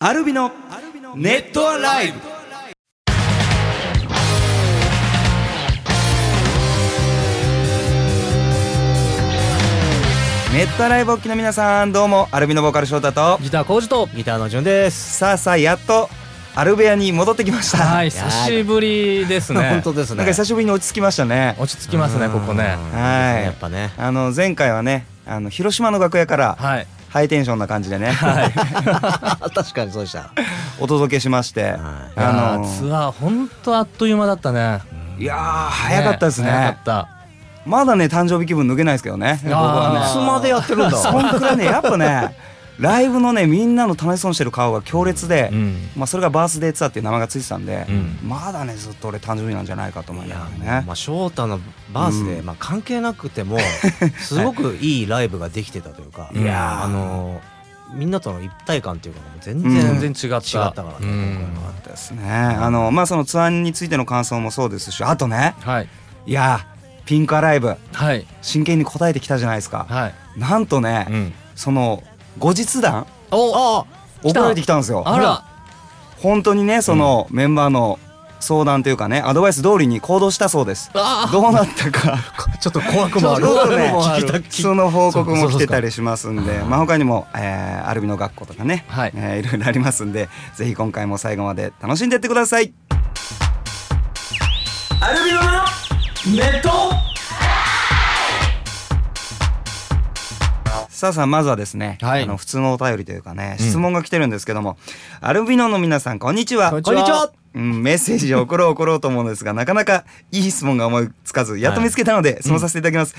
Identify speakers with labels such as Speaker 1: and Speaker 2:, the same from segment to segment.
Speaker 1: アルビのネットアライブネットアライブお聞きの皆さんどうもアルビのボーカル翔太と
Speaker 2: ギター工事と
Speaker 3: ギターの順です。
Speaker 1: さあさあやっとアル部屋に戻ってきました、
Speaker 2: はい久しぶりで す ね
Speaker 3: 本当です
Speaker 1: な
Speaker 3: ね。
Speaker 1: んか久しぶりに落ち着きましたね
Speaker 2: 落ち着きますねここね
Speaker 3: うん
Speaker 1: はい
Speaker 3: やっ ぱね。
Speaker 1: あの前回はねあの広島の楽屋から
Speaker 2: はい
Speaker 1: ハイテンションな感じでね、
Speaker 3: 確かにそうでした。
Speaker 1: お届けしまして、
Speaker 3: はい
Speaker 2: や
Speaker 1: あ
Speaker 2: ー
Speaker 1: の
Speaker 2: ツアー本当あっという間だったね
Speaker 1: いやー早かったですね
Speaker 2: 早かった
Speaker 1: まだね誕生日気分抜けないですけどね僕はね
Speaker 2: あー
Speaker 3: スマでやってるんだ。
Speaker 1: そんくらいねやっぱ ねライブのねみんなの楽しそうにしてる顔が強烈で、
Speaker 2: うん
Speaker 1: まあ、それがバースデーツアーっていう名前がついてたんで、
Speaker 2: うん
Speaker 1: まだねずっと俺誕生日なんじゃないかと思い
Speaker 3: い
Speaker 1: な
Speaker 3: や
Speaker 1: がら
Speaker 3: ま
Speaker 1: ね
Speaker 3: あ翔太のバースで、
Speaker 1: うん
Speaker 3: まあ関係なくてもすごくいいライブができてたというか、
Speaker 2: いや
Speaker 1: ー
Speaker 3: あのーみんなとの一体感というかもう全
Speaker 1: うん
Speaker 3: 然
Speaker 2: 全然違った
Speaker 3: 違ったからね。
Speaker 2: うん
Speaker 3: 今回のは
Speaker 1: ですねあのまあそのツアーについての感想もそうですしあとね
Speaker 2: はい
Speaker 1: いやーピンクアライブ
Speaker 2: はい
Speaker 1: 真剣に答えてきたじゃないですか、
Speaker 2: はい
Speaker 1: なんとね、
Speaker 2: うん
Speaker 1: その後日談
Speaker 2: おあ来た
Speaker 1: 送られてきたんですよ
Speaker 2: あら
Speaker 1: 本当にねそのメンバーの相談というかねアドバイス通りに行動したそうです
Speaker 2: あ
Speaker 1: どうなったか
Speaker 3: ちょっと怖くもある。
Speaker 1: ちょっとね
Speaker 3: 聞きた聞き
Speaker 1: その報告も来てたりしますんで、まあ、他にも、えーアルビの学校とかね、
Speaker 2: はい
Speaker 1: えーいろいろありますんでぜひ今回も最後まで楽しんでってください
Speaker 2: アルビノのネット
Speaker 1: さあさあまずはですね、
Speaker 2: はい
Speaker 1: あの普通のお便りというかね質問が来てるんですけども、アルビノの皆さんこんにちは
Speaker 2: こんにちはこんにちは
Speaker 1: うん、メッセージを送ろう送ろうと思うんですがなかなかいい質問が思いつかずやっと見つけたので、質問させていただきます、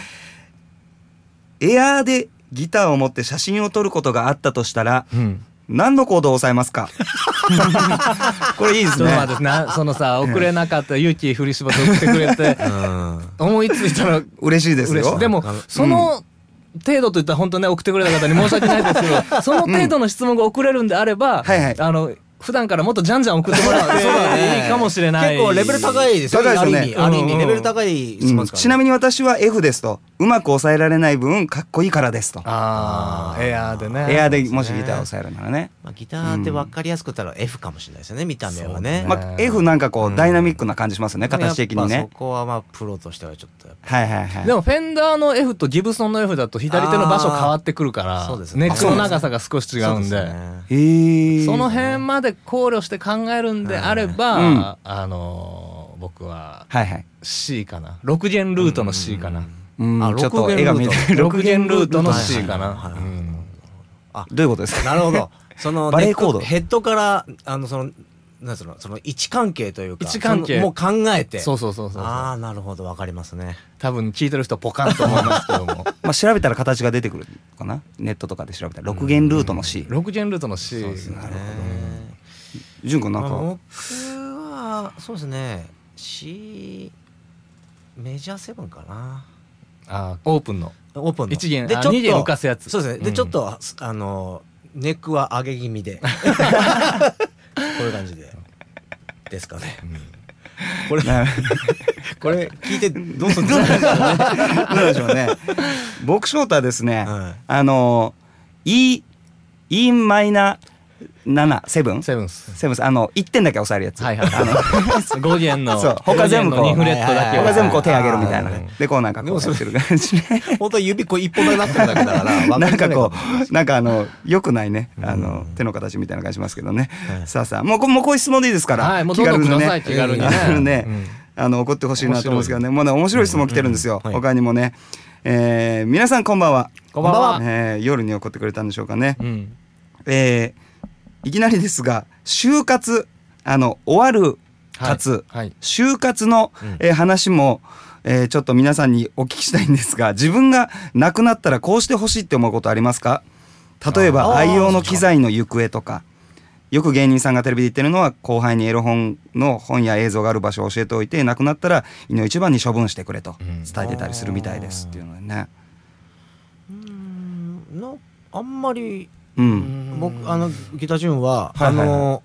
Speaker 1: エアーでギターを持って写真を撮ることがあったとしたら、
Speaker 2: うん
Speaker 1: 何の行動を抑えますかこれいいです
Speaker 2: ちょっと
Speaker 1: ね
Speaker 2: 待ってなそのさ遅れなかった勇気振り絞って送ってくれて
Speaker 3: うん
Speaker 2: 思いついたら
Speaker 1: 嬉しいです
Speaker 2: 嬉し
Speaker 1: よ
Speaker 2: いでも
Speaker 3: あの
Speaker 2: その程度といったら本当ね送ってくれた方に申し訳ないですけどその程度の質問が送れるんであれば、
Speaker 1: はいはい
Speaker 2: あの普段からもっとじゃんじゃん送ってもらって
Speaker 3: そうだね
Speaker 2: いいかもしれない
Speaker 3: 結構レベル高いですよね。
Speaker 1: 高
Speaker 3: あ
Speaker 1: い
Speaker 3: る
Speaker 1: ですよね
Speaker 3: 意味、ある意
Speaker 2: うんう
Speaker 3: 味
Speaker 2: ん
Speaker 3: レベル高い質
Speaker 1: うん
Speaker 3: 問ですからね。
Speaker 1: ちなみに私は F ですとうまく抑えられない分かっこいいからですと
Speaker 2: ああエアーでね
Speaker 1: エアーでもしギターを抑えるならね
Speaker 3: まあギターって分かりやすく言ったら F かもしれないですよね見た目はね。
Speaker 1: まあ F なんかこうダイナミックな感じしますよね
Speaker 3: でも
Speaker 1: 形的に
Speaker 3: やっ
Speaker 1: ね
Speaker 3: ぱそこはまあプロとしてはちょっとやっ
Speaker 1: はいはいはい
Speaker 2: でもフェンダーの F とギブソンの F だと左手の場所変わってくるから
Speaker 3: あーそうですね
Speaker 2: ネックの長さが少し違
Speaker 3: ぱ
Speaker 2: うんでそ
Speaker 3: そですね
Speaker 1: へー
Speaker 2: の辺まで考慮して考えるんであれば、
Speaker 1: うん
Speaker 2: あのー僕は
Speaker 1: はいはい
Speaker 2: C かな6弦ルートの C かな、
Speaker 1: うん
Speaker 3: あ
Speaker 1: ちょっと
Speaker 3: 六
Speaker 1: 絵
Speaker 3: 弦
Speaker 1: が
Speaker 3: ルート
Speaker 1: 見え ない
Speaker 2: 6弦ルートの C か
Speaker 3: は
Speaker 2: ない
Speaker 3: はいはいはい
Speaker 2: うん
Speaker 1: どういうことですか
Speaker 3: なるほど。その
Speaker 1: バレー
Speaker 3: ネット
Speaker 1: コード
Speaker 3: ヘッドからあのそのなんつうのその位置関係というか
Speaker 2: 位置関係
Speaker 3: そのもう考えて。
Speaker 2: そうそうそうそう
Speaker 3: ああなるほどわかりますね。
Speaker 2: 多分聞いてる人ポカンと思いますけども
Speaker 1: まあ調べたら形が出てくるかなネットとかで調べたら6弦ルートの C
Speaker 2: 6弦ルートの C
Speaker 3: なる
Speaker 1: 潤くんなん
Speaker 3: まあ
Speaker 1: か
Speaker 3: 僕はそうですね C メジャーセブンかな。
Speaker 2: あーオープンの
Speaker 3: オープンの
Speaker 2: 一弦
Speaker 3: で
Speaker 2: あ
Speaker 3: ちょっと
Speaker 2: 二弦浮かすやつ
Speaker 3: そうですね
Speaker 2: う
Speaker 3: で
Speaker 2: ん
Speaker 3: ちょっとあのネックは上げ 気味でこういう感じでですかねこれ これ聞いてどうするんですか
Speaker 1: どうでしょうね僕翔太はですね
Speaker 3: はい
Speaker 1: あの E E マイナ7セブン
Speaker 2: セブ ンス
Speaker 1: セブンスあの1点だけ押さえるやつ、
Speaker 2: はいはい あの5弦の
Speaker 1: そう他全部こう
Speaker 2: 5弦の2フレットだけ
Speaker 1: 僕
Speaker 2: を
Speaker 1: は全部こう手上げるみたいな
Speaker 3: あ
Speaker 1: ねでこうなんかこうやってる感じね
Speaker 3: 本当は指こう一本だけなってるだけだから
Speaker 1: なんかこ
Speaker 3: う
Speaker 1: うなんかあの良くないねあの手の形みたいな感じしますけどね、
Speaker 3: はい
Speaker 1: さあさあもうこもうこういう質問でいいですから、
Speaker 2: はいもうどんどんください
Speaker 1: 気軽にね
Speaker 2: 気
Speaker 1: あ
Speaker 2: 軽にね
Speaker 1: のね、
Speaker 2: うん
Speaker 1: あの怒ってほしいなと思うんですけどねもうね面白い質問来てるんですよ、他にもね、えー皆さんこんばんは
Speaker 2: こんばんは
Speaker 1: えー夜に怒ってくれたんでしょうかね、
Speaker 2: うん
Speaker 1: えーいきなりですが就活あの終わる
Speaker 2: はい
Speaker 1: 活、
Speaker 2: はい
Speaker 1: 就活の、
Speaker 3: うん
Speaker 1: えー話も、えーちょっと皆さんにお聞きしたいんですが自分が亡くなったらこうしてほしいって思うことありますか例えば
Speaker 3: あー
Speaker 1: 愛用の機材の行方とかよく芸人さんがテレビで言ってるのは後輩にエロ本の本や映像がある場所を教えておいて亡くなったら胃の一番に処分してくれと
Speaker 2: ん
Speaker 1: 伝えてたりするみたいですっていうのでね。
Speaker 3: んなあんまり
Speaker 1: うん、
Speaker 3: 僕あのギターチューン
Speaker 1: は
Speaker 3: はあ
Speaker 1: いはいは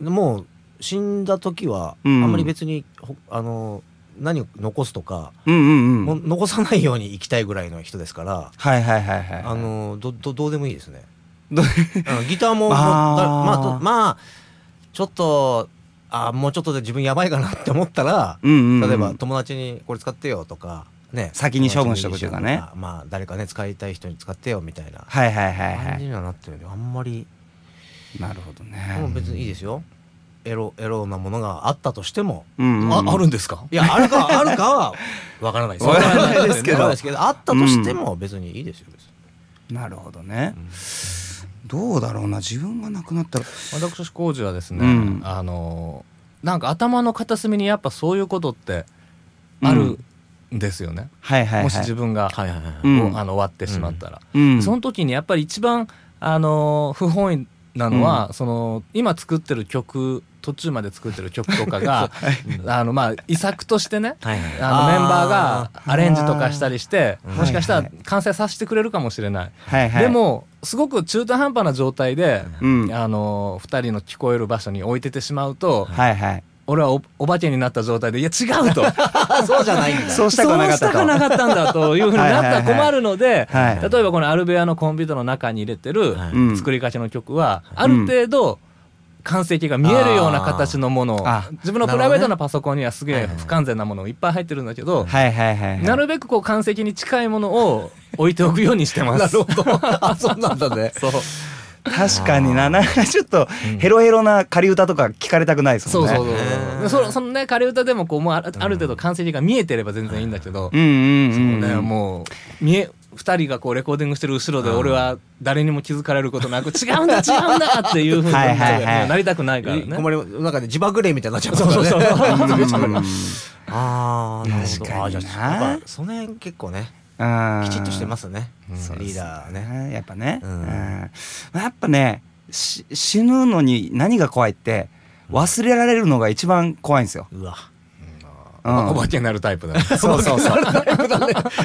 Speaker 1: い
Speaker 3: のもう死んだ時はあ
Speaker 1: うん
Speaker 3: んまり別にほあの何を残すとか
Speaker 1: うんうんう
Speaker 3: も
Speaker 1: ん
Speaker 3: う残さないように生きたいぐらいの人ですから
Speaker 1: はいはいはいはい。
Speaker 3: あのどどどうでもいいですね。
Speaker 1: ど
Speaker 3: うんギターももうだま
Speaker 1: あ
Speaker 3: あ
Speaker 1: ー
Speaker 3: とまあちょっとあーもうちょっとで自分やばいかなって思ったら、
Speaker 1: うんうんうん
Speaker 3: 例えば友達にこれ使ってよとかね
Speaker 1: 先に処分しとくというかね
Speaker 3: 友達にまあ誰かね使いたい人に使ってよみたいな
Speaker 1: はいはいはいは
Speaker 3: 感じ
Speaker 1: い
Speaker 3: にはなってるんであんまり
Speaker 1: なるほど
Speaker 3: もう
Speaker 1: ね
Speaker 3: 別にいいですよエロエロなものがあったとしても
Speaker 1: うんうん
Speaker 2: ああるんですか
Speaker 3: いやあるかあるかはわからないです
Speaker 1: わからないですけど
Speaker 3: わからないあったとしても別にいいですよ別に
Speaker 1: なるほどね、どうだろうな自分が亡くなったら
Speaker 2: 私工事はですね、
Speaker 1: うん
Speaker 2: あのなんか頭の片隅にやっぱそういうことってあるんですよね、
Speaker 1: はいはいはい
Speaker 2: もし自分が、
Speaker 3: いはいはい
Speaker 1: うん
Speaker 2: おあの終わってしまったら、
Speaker 1: うん
Speaker 2: その時にやっぱり一番あの不本意なのは、その今作ってる曲途中まで作ってる曲とか が、あのまあ遺作としてね
Speaker 3: はいはい
Speaker 2: あのメンバーがアレンジとかしたりして
Speaker 1: ー
Speaker 2: もしかした
Speaker 1: は
Speaker 2: ら
Speaker 1: い
Speaker 2: 完成させてくれるかもしれない、
Speaker 1: はいはい
Speaker 2: でもすごく中途半端な状態で、
Speaker 1: うん
Speaker 2: あの2人の聞こえる場所に置いててしまうと、
Speaker 1: はいはい
Speaker 2: 俺はおお化けになった状態でいや違う と
Speaker 3: あそうじゃないんだ
Speaker 1: そうしたくなかったと
Speaker 2: そうしたくなかったんだというふうになったら困るので、
Speaker 1: はい
Speaker 2: 例えばこのアルベアのコンピューターの中に入れてる
Speaker 3: はい
Speaker 1: うん
Speaker 2: 作りかけの曲は、ある程度完成形が見えるような形のものを
Speaker 1: あーあ
Speaker 2: 自分のプライベートなパソコンにはすげ
Speaker 3: はい
Speaker 2: え
Speaker 3: はい
Speaker 2: 不完全なものがいっぱい入ってるんだけど、
Speaker 1: はいはいはいはい
Speaker 2: なるべくこう完成形に近いものを置いておくようにしてます。なるほど。あ、そうなんだね。そう。
Speaker 1: 確かにななんかちょっとヘロヘロな仮歌とか聞かれたくないです
Speaker 2: そ
Speaker 1: も
Speaker 2: う
Speaker 1: ね
Speaker 2: んそうそうそう。
Speaker 3: ね
Speaker 2: そのそのね、仮歌でもこう、もうあるある程度完成形が見えてれば全然いいんだけど、
Speaker 1: うんうんうん
Speaker 2: ね、もう見え2人がこうレコーディングしてる後ろで俺は誰にも気づかれることなく 違うんだ違うんだっていうふうに
Speaker 1: はいはいはい
Speaker 2: なりたくないからね。
Speaker 3: 困りますなんかね自爆霊みたいになっちゃいます
Speaker 2: そ
Speaker 3: か
Speaker 2: う
Speaker 3: ら
Speaker 2: そ
Speaker 3: ね
Speaker 2: うそう。
Speaker 3: ああ
Speaker 1: 確かにな
Speaker 3: やっぱその辺結構ね
Speaker 1: うん
Speaker 3: きちっとしてますね
Speaker 1: そうで
Speaker 3: リ
Speaker 1: す
Speaker 3: ーダーね
Speaker 1: ねやっぱね、
Speaker 3: うん
Speaker 1: うんやっぱねし死ぬのに何が怖いって忘れられるのが一番怖いんですよ、
Speaker 3: うわ
Speaker 1: うん
Speaker 2: お化けになるタイプだ、ね、
Speaker 1: そうそうそう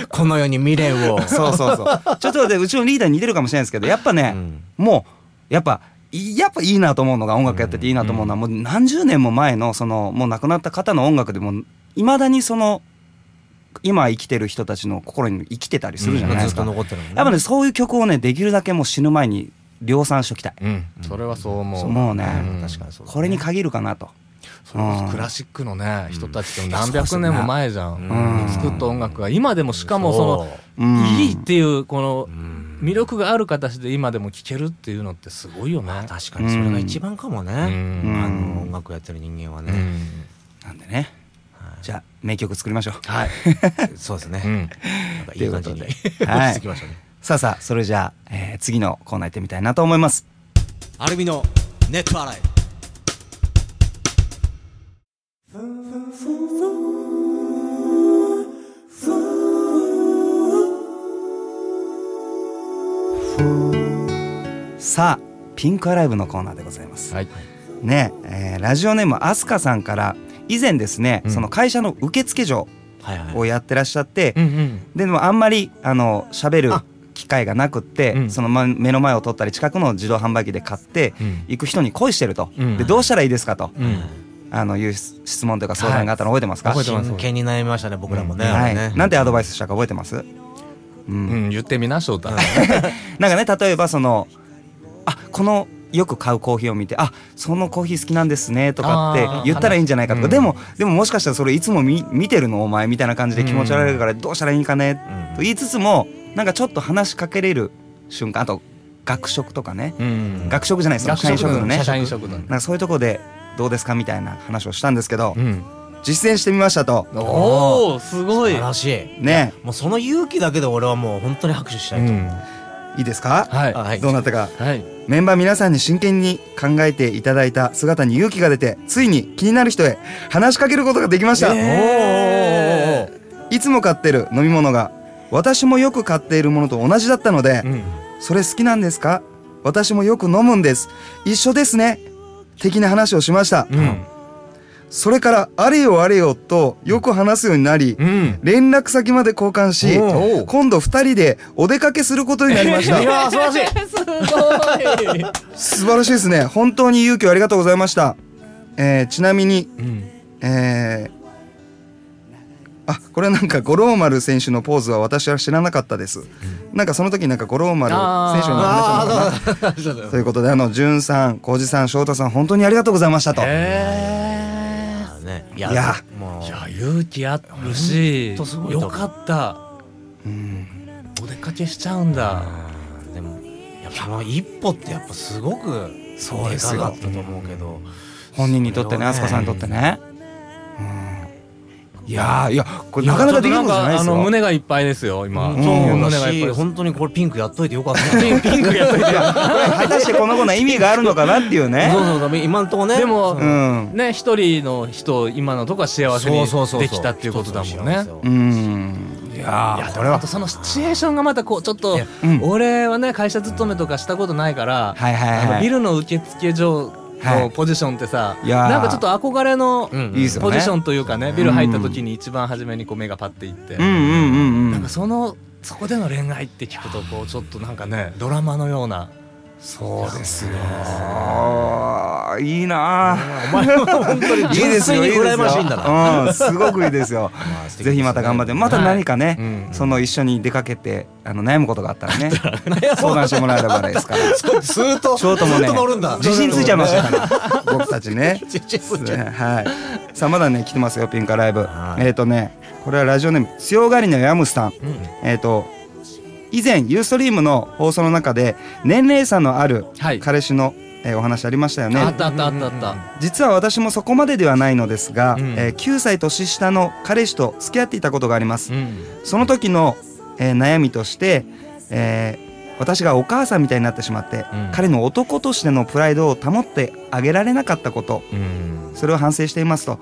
Speaker 3: この世に未練を
Speaker 1: そうそうそうちょっとでうちのリーダーに似てるかもしれないですけどやっぱね、
Speaker 3: うん
Speaker 1: もうやっぱいやっぱいいなと思うのが音楽やってていいなと思うのは、もう何十年も前のそのもう亡くなった方の音楽でもいまだにその今生きてる人たちの心に生きてたりするじゃないで
Speaker 3: ず
Speaker 1: す
Speaker 3: っ
Speaker 1: か、
Speaker 3: と残ってるもん
Speaker 1: やっぱねそういう曲をねできるだけもう死ぬ前に量産しときたい、
Speaker 2: うん、それはそう思う
Speaker 1: そうもうね、
Speaker 2: ん
Speaker 3: 確かにそうだね
Speaker 1: これに限るかなと。
Speaker 2: それこ
Speaker 1: うん
Speaker 2: そクラシックのね人たちって
Speaker 1: うん
Speaker 2: 何百年も前じゃん、
Speaker 1: うん
Speaker 2: 作った音楽が今でもしかもその
Speaker 1: うん
Speaker 2: いいっていうこの
Speaker 3: うん
Speaker 2: 魅力がある形で今でも聴けるっていうのってすごいよね。
Speaker 3: 確かにそれが一番かもねあ
Speaker 2: うん
Speaker 3: の音楽やってる人間は
Speaker 2: う
Speaker 3: ね
Speaker 2: ん
Speaker 1: なんでね、
Speaker 3: はい
Speaker 1: じゃあ名曲作りましょう。
Speaker 3: はいそうです
Speaker 2: う
Speaker 3: ね
Speaker 2: ん
Speaker 3: なんかいい感じに
Speaker 1: とい
Speaker 3: 落
Speaker 1: う
Speaker 3: ち
Speaker 1: ことではい
Speaker 3: 着きましたね
Speaker 1: さあさあそれじゃあ、えー次のコーナー行ってみたいなと思います。
Speaker 3: アルミのネット洗い
Speaker 1: さあピンクアライブのコーナーでございます。
Speaker 2: はい
Speaker 1: ね、えーラジオネームアスカさんから以前ですね、
Speaker 2: うん
Speaker 1: その会社の受付嬢
Speaker 3: はいはい
Speaker 1: をやってらっしゃって、
Speaker 2: うんうん
Speaker 1: でもあんまりあの喋る
Speaker 3: あ
Speaker 1: 機会がなくって、
Speaker 2: うん
Speaker 1: そのま目の前を取ったり近くの自動販売機で買って。
Speaker 2: うん
Speaker 1: 行く人に恋してると、
Speaker 2: うん
Speaker 1: でどうしたらいいですかと、
Speaker 2: うん
Speaker 1: あのいう質問というか相談があったの覚えてますか、
Speaker 2: はい覚えてます
Speaker 3: 真剣に悩みましたね僕らもね
Speaker 1: はい、
Speaker 3: あれね
Speaker 1: なんてアドバイスしたか覚えてます、うん
Speaker 2: うん、言ってみな翔太、
Speaker 1: なんかね例えばそのあこのよく買うコーヒーを見てあそのコーヒー好きなんですねとか
Speaker 2: あ
Speaker 1: っ
Speaker 2: ー
Speaker 1: て言ったらいいんじゃないかとか、
Speaker 2: うん
Speaker 1: でもでももしかしたらそれいつも見見てるのお前みたいな感じで気持ち悪いからどうしたらいいかね
Speaker 3: うん
Speaker 1: と言いつつもなんかちょっと話しかけれる瞬間あと学食とかね、
Speaker 2: うん
Speaker 1: 学食じゃないです
Speaker 2: 学
Speaker 1: 社員食堂ね
Speaker 2: 社員食堂ね
Speaker 1: なんかそういうとこでどうですかみたいな話をしたんですけど、
Speaker 2: うん
Speaker 1: 実践してみましたと
Speaker 2: おおすご
Speaker 3: 素
Speaker 2: い
Speaker 3: 晴らしい
Speaker 1: ね
Speaker 3: もうその勇気だけで俺はもう本当に拍手したいと思う
Speaker 1: いいですか、
Speaker 2: はい
Speaker 3: あはい
Speaker 1: どうなったか
Speaker 2: はい
Speaker 1: メンバー皆さんに真剣に考えていただいた姿に勇気が出てついに気になる人へ話しかけることができました、
Speaker 2: え
Speaker 1: いつも買ってる飲み物が私もよく買っているものと同じだったので、
Speaker 2: うん
Speaker 1: それ好きなんですか私もよく飲むんです一緒ですね的な話をしました、
Speaker 2: うん
Speaker 1: それからあれよあれよとよく話すようになり、
Speaker 2: うん
Speaker 1: 連絡先まで交換し
Speaker 2: おう
Speaker 1: 今度2人でお出かけすることになりまし た
Speaker 3: いやー素晴らしい
Speaker 2: すごい
Speaker 1: 素晴らしいですね本当に勇気をありがとうございました、えーちなみに、
Speaker 2: うん
Speaker 1: えーあこれはなんか五郎丸選手のポーズは私は知らなかったです、なんかその時なんか五郎丸選手の話なのかな
Speaker 3: あそうだよ
Speaker 1: ということであのじゅんさん浩二さん翔太さん本当にありがとうございましたと、
Speaker 2: へ
Speaker 3: あねい
Speaker 1: いや
Speaker 3: もう
Speaker 2: えいや勇気あるし
Speaker 3: ほんとすごいと
Speaker 2: よ
Speaker 3: 思う
Speaker 2: かった
Speaker 1: うん、
Speaker 2: お出かけしちゃうんだ
Speaker 3: あーでもやっぱその一歩ってやっぱすごく
Speaker 1: そうです
Speaker 3: でか
Speaker 1: よ
Speaker 3: かったと思うけど
Speaker 1: 本人にとってね
Speaker 3: それを
Speaker 1: あすこさんにとってね、うん、いやーいやこれなかなかできることじゃないです
Speaker 2: やちょっとんかあの
Speaker 1: よ
Speaker 2: 胸がいっぱいですよ今、
Speaker 3: うんそうだ
Speaker 2: 胸がいっぱい
Speaker 3: し
Speaker 2: です
Speaker 3: 本当にこれピンクやっといてよかった ね
Speaker 2: ピンクやっとい て
Speaker 1: 果たしてこの子の意味があるのかなっていうね
Speaker 3: そうそうそう今んとこね
Speaker 2: でも
Speaker 3: そうの
Speaker 1: ん
Speaker 2: ね一人の人今のとこは幸せに
Speaker 3: そうそうそうそう
Speaker 2: できたっていうことだもんね
Speaker 3: 一つの幸せを
Speaker 1: うんいやー
Speaker 2: いや
Speaker 1: こ
Speaker 2: こ
Speaker 1: れ
Speaker 2: れ
Speaker 1: は
Speaker 2: はそのシチュエーションがまたこうちょっと
Speaker 3: いや
Speaker 1: うん
Speaker 2: 俺はね会社勤めとかしたことないから、
Speaker 1: はいはい
Speaker 2: あ
Speaker 1: は
Speaker 2: の
Speaker 1: い
Speaker 2: ビルの受付所
Speaker 1: はい
Speaker 2: のポジションってさ、
Speaker 1: いやー
Speaker 2: なんかちょっと憧れの
Speaker 3: うん
Speaker 1: いいですよね
Speaker 2: ポジションというかねビル入った時に一番初めにこう目がパッていって、
Speaker 1: うんうんうんう
Speaker 2: なん
Speaker 1: ん
Speaker 2: かそのそこでの恋愛って聞くとこうちょっとなんかねドラマのような
Speaker 1: そうですよいいなー
Speaker 3: お前は本当に
Speaker 1: いい
Speaker 3: 純
Speaker 1: です
Speaker 3: 粋
Speaker 1: よ
Speaker 3: に
Speaker 1: いいです
Speaker 3: 羨ましいんだな
Speaker 1: ようんすごくいいですよ
Speaker 3: まあ素敵ですね
Speaker 1: ぜひまた頑張ってまた何かね、
Speaker 3: うん
Speaker 1: その一緒に出かけてあの悩むことがあった らね相談してもらえればですから
Speaker 3: ずーっと
Speaker 1: ショートも
Speaker 3: ず
Speaker 1: ね
Speaker 3: ーっと乗るんだ
Speaker 1: 自信ついちゃいましたから僕たちね
Speaker 3: 自信ついちゃう
Speaker 1: はいさあまだね来てますよピンカライブ
Speaker 3: はい
Speaker 1: えっとねこれはラジオネーム強がりのヤムスさんえっと以前ユーストリームの放送の中で年齢差のある
Speaker 2: はい
Speaker 1: 彼氏のえーお話ありましたよね
Speaker 2: あったあったあったあった、
Speaker 1: 実は私もそこまでではないのですが、
Speaker 3: うん
Speaker 1: えー9歳年下の彼氏と付き合っていたことがあります、
Speaker 3: うん
Speaker 1: その時の、えー悩みとして、えー私がお母さんみたいになってしまって、
Speaker 3: うん
Speaker 1: 彼の男としてのプライドを保ってあげられなかったこと
Speaker 3: うん
Speaker 1: それを反省していますと、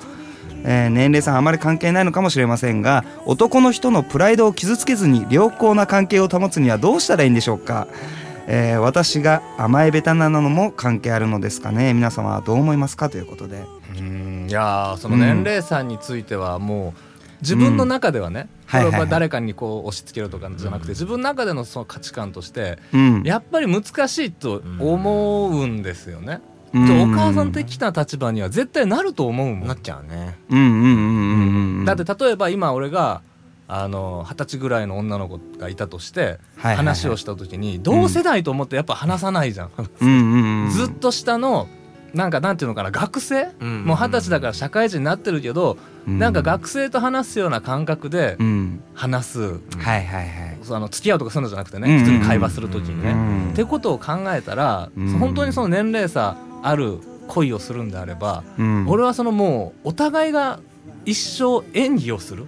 Speaker 1: えー年齢差あまり関係ないのかもしれませんが男の人のプライドを傷つけずに良好な関係を保つにはどうしたらいいんでしょうか、えー私が甘え下手なのも関係あるのですかね皆様はどう思いますかということで
Speaker 2: うんいやーその年齢差についてはもう自分の中ではね、
Speaker 1: はいはいはい
Speaker 2: これは誰かにこう押し付けるとかじゃなくて、自分の中でのその価値観として
Speaker 1: うん
Speaker 2: やっぱり難しいと思うんですよね。
Speaker 1: う
Speaker 2: で
Speaker 1: ん
Speaker 2: お母さん的な立場には絶対なると思うも
Speaker 3: なんっ。ちゃうね
Speaker 1: うんうんうんうんうん
Speaker 2: だって例えば今俺があの二十歳ぐらいの女の子がいたとして
Speaker 1: はいはいはい
Speaker 2: 話をした時に同世代と思ってやっぱ話さないじゃん。
Speaker 1: うんうんうん
Speaker 2: ずっと下のなんかなんていうのかな学生
Speaker 3: うん
Speaker 2: もう二十歳だから社会人になってるけどなんか学生と話すような感覚で
Speaker 1: うん
Speaker 2: 話す、
Speaker 1: はいはいはい
Speaker 2: そうあの付き合うとかそういうのじゃなくて
Speaker 1: うんうん
Speaker 2: ね普通に会話する時にね。
Speaker 1: うん
Speaker 2: ってことを考えたら、
Speaker 1: うん
Speaker 2: 本当にその年齢差ある恋をするんであれば、
Speaker 1: うん
Speaker 2: 俺はそのもうお互いが一生演技をする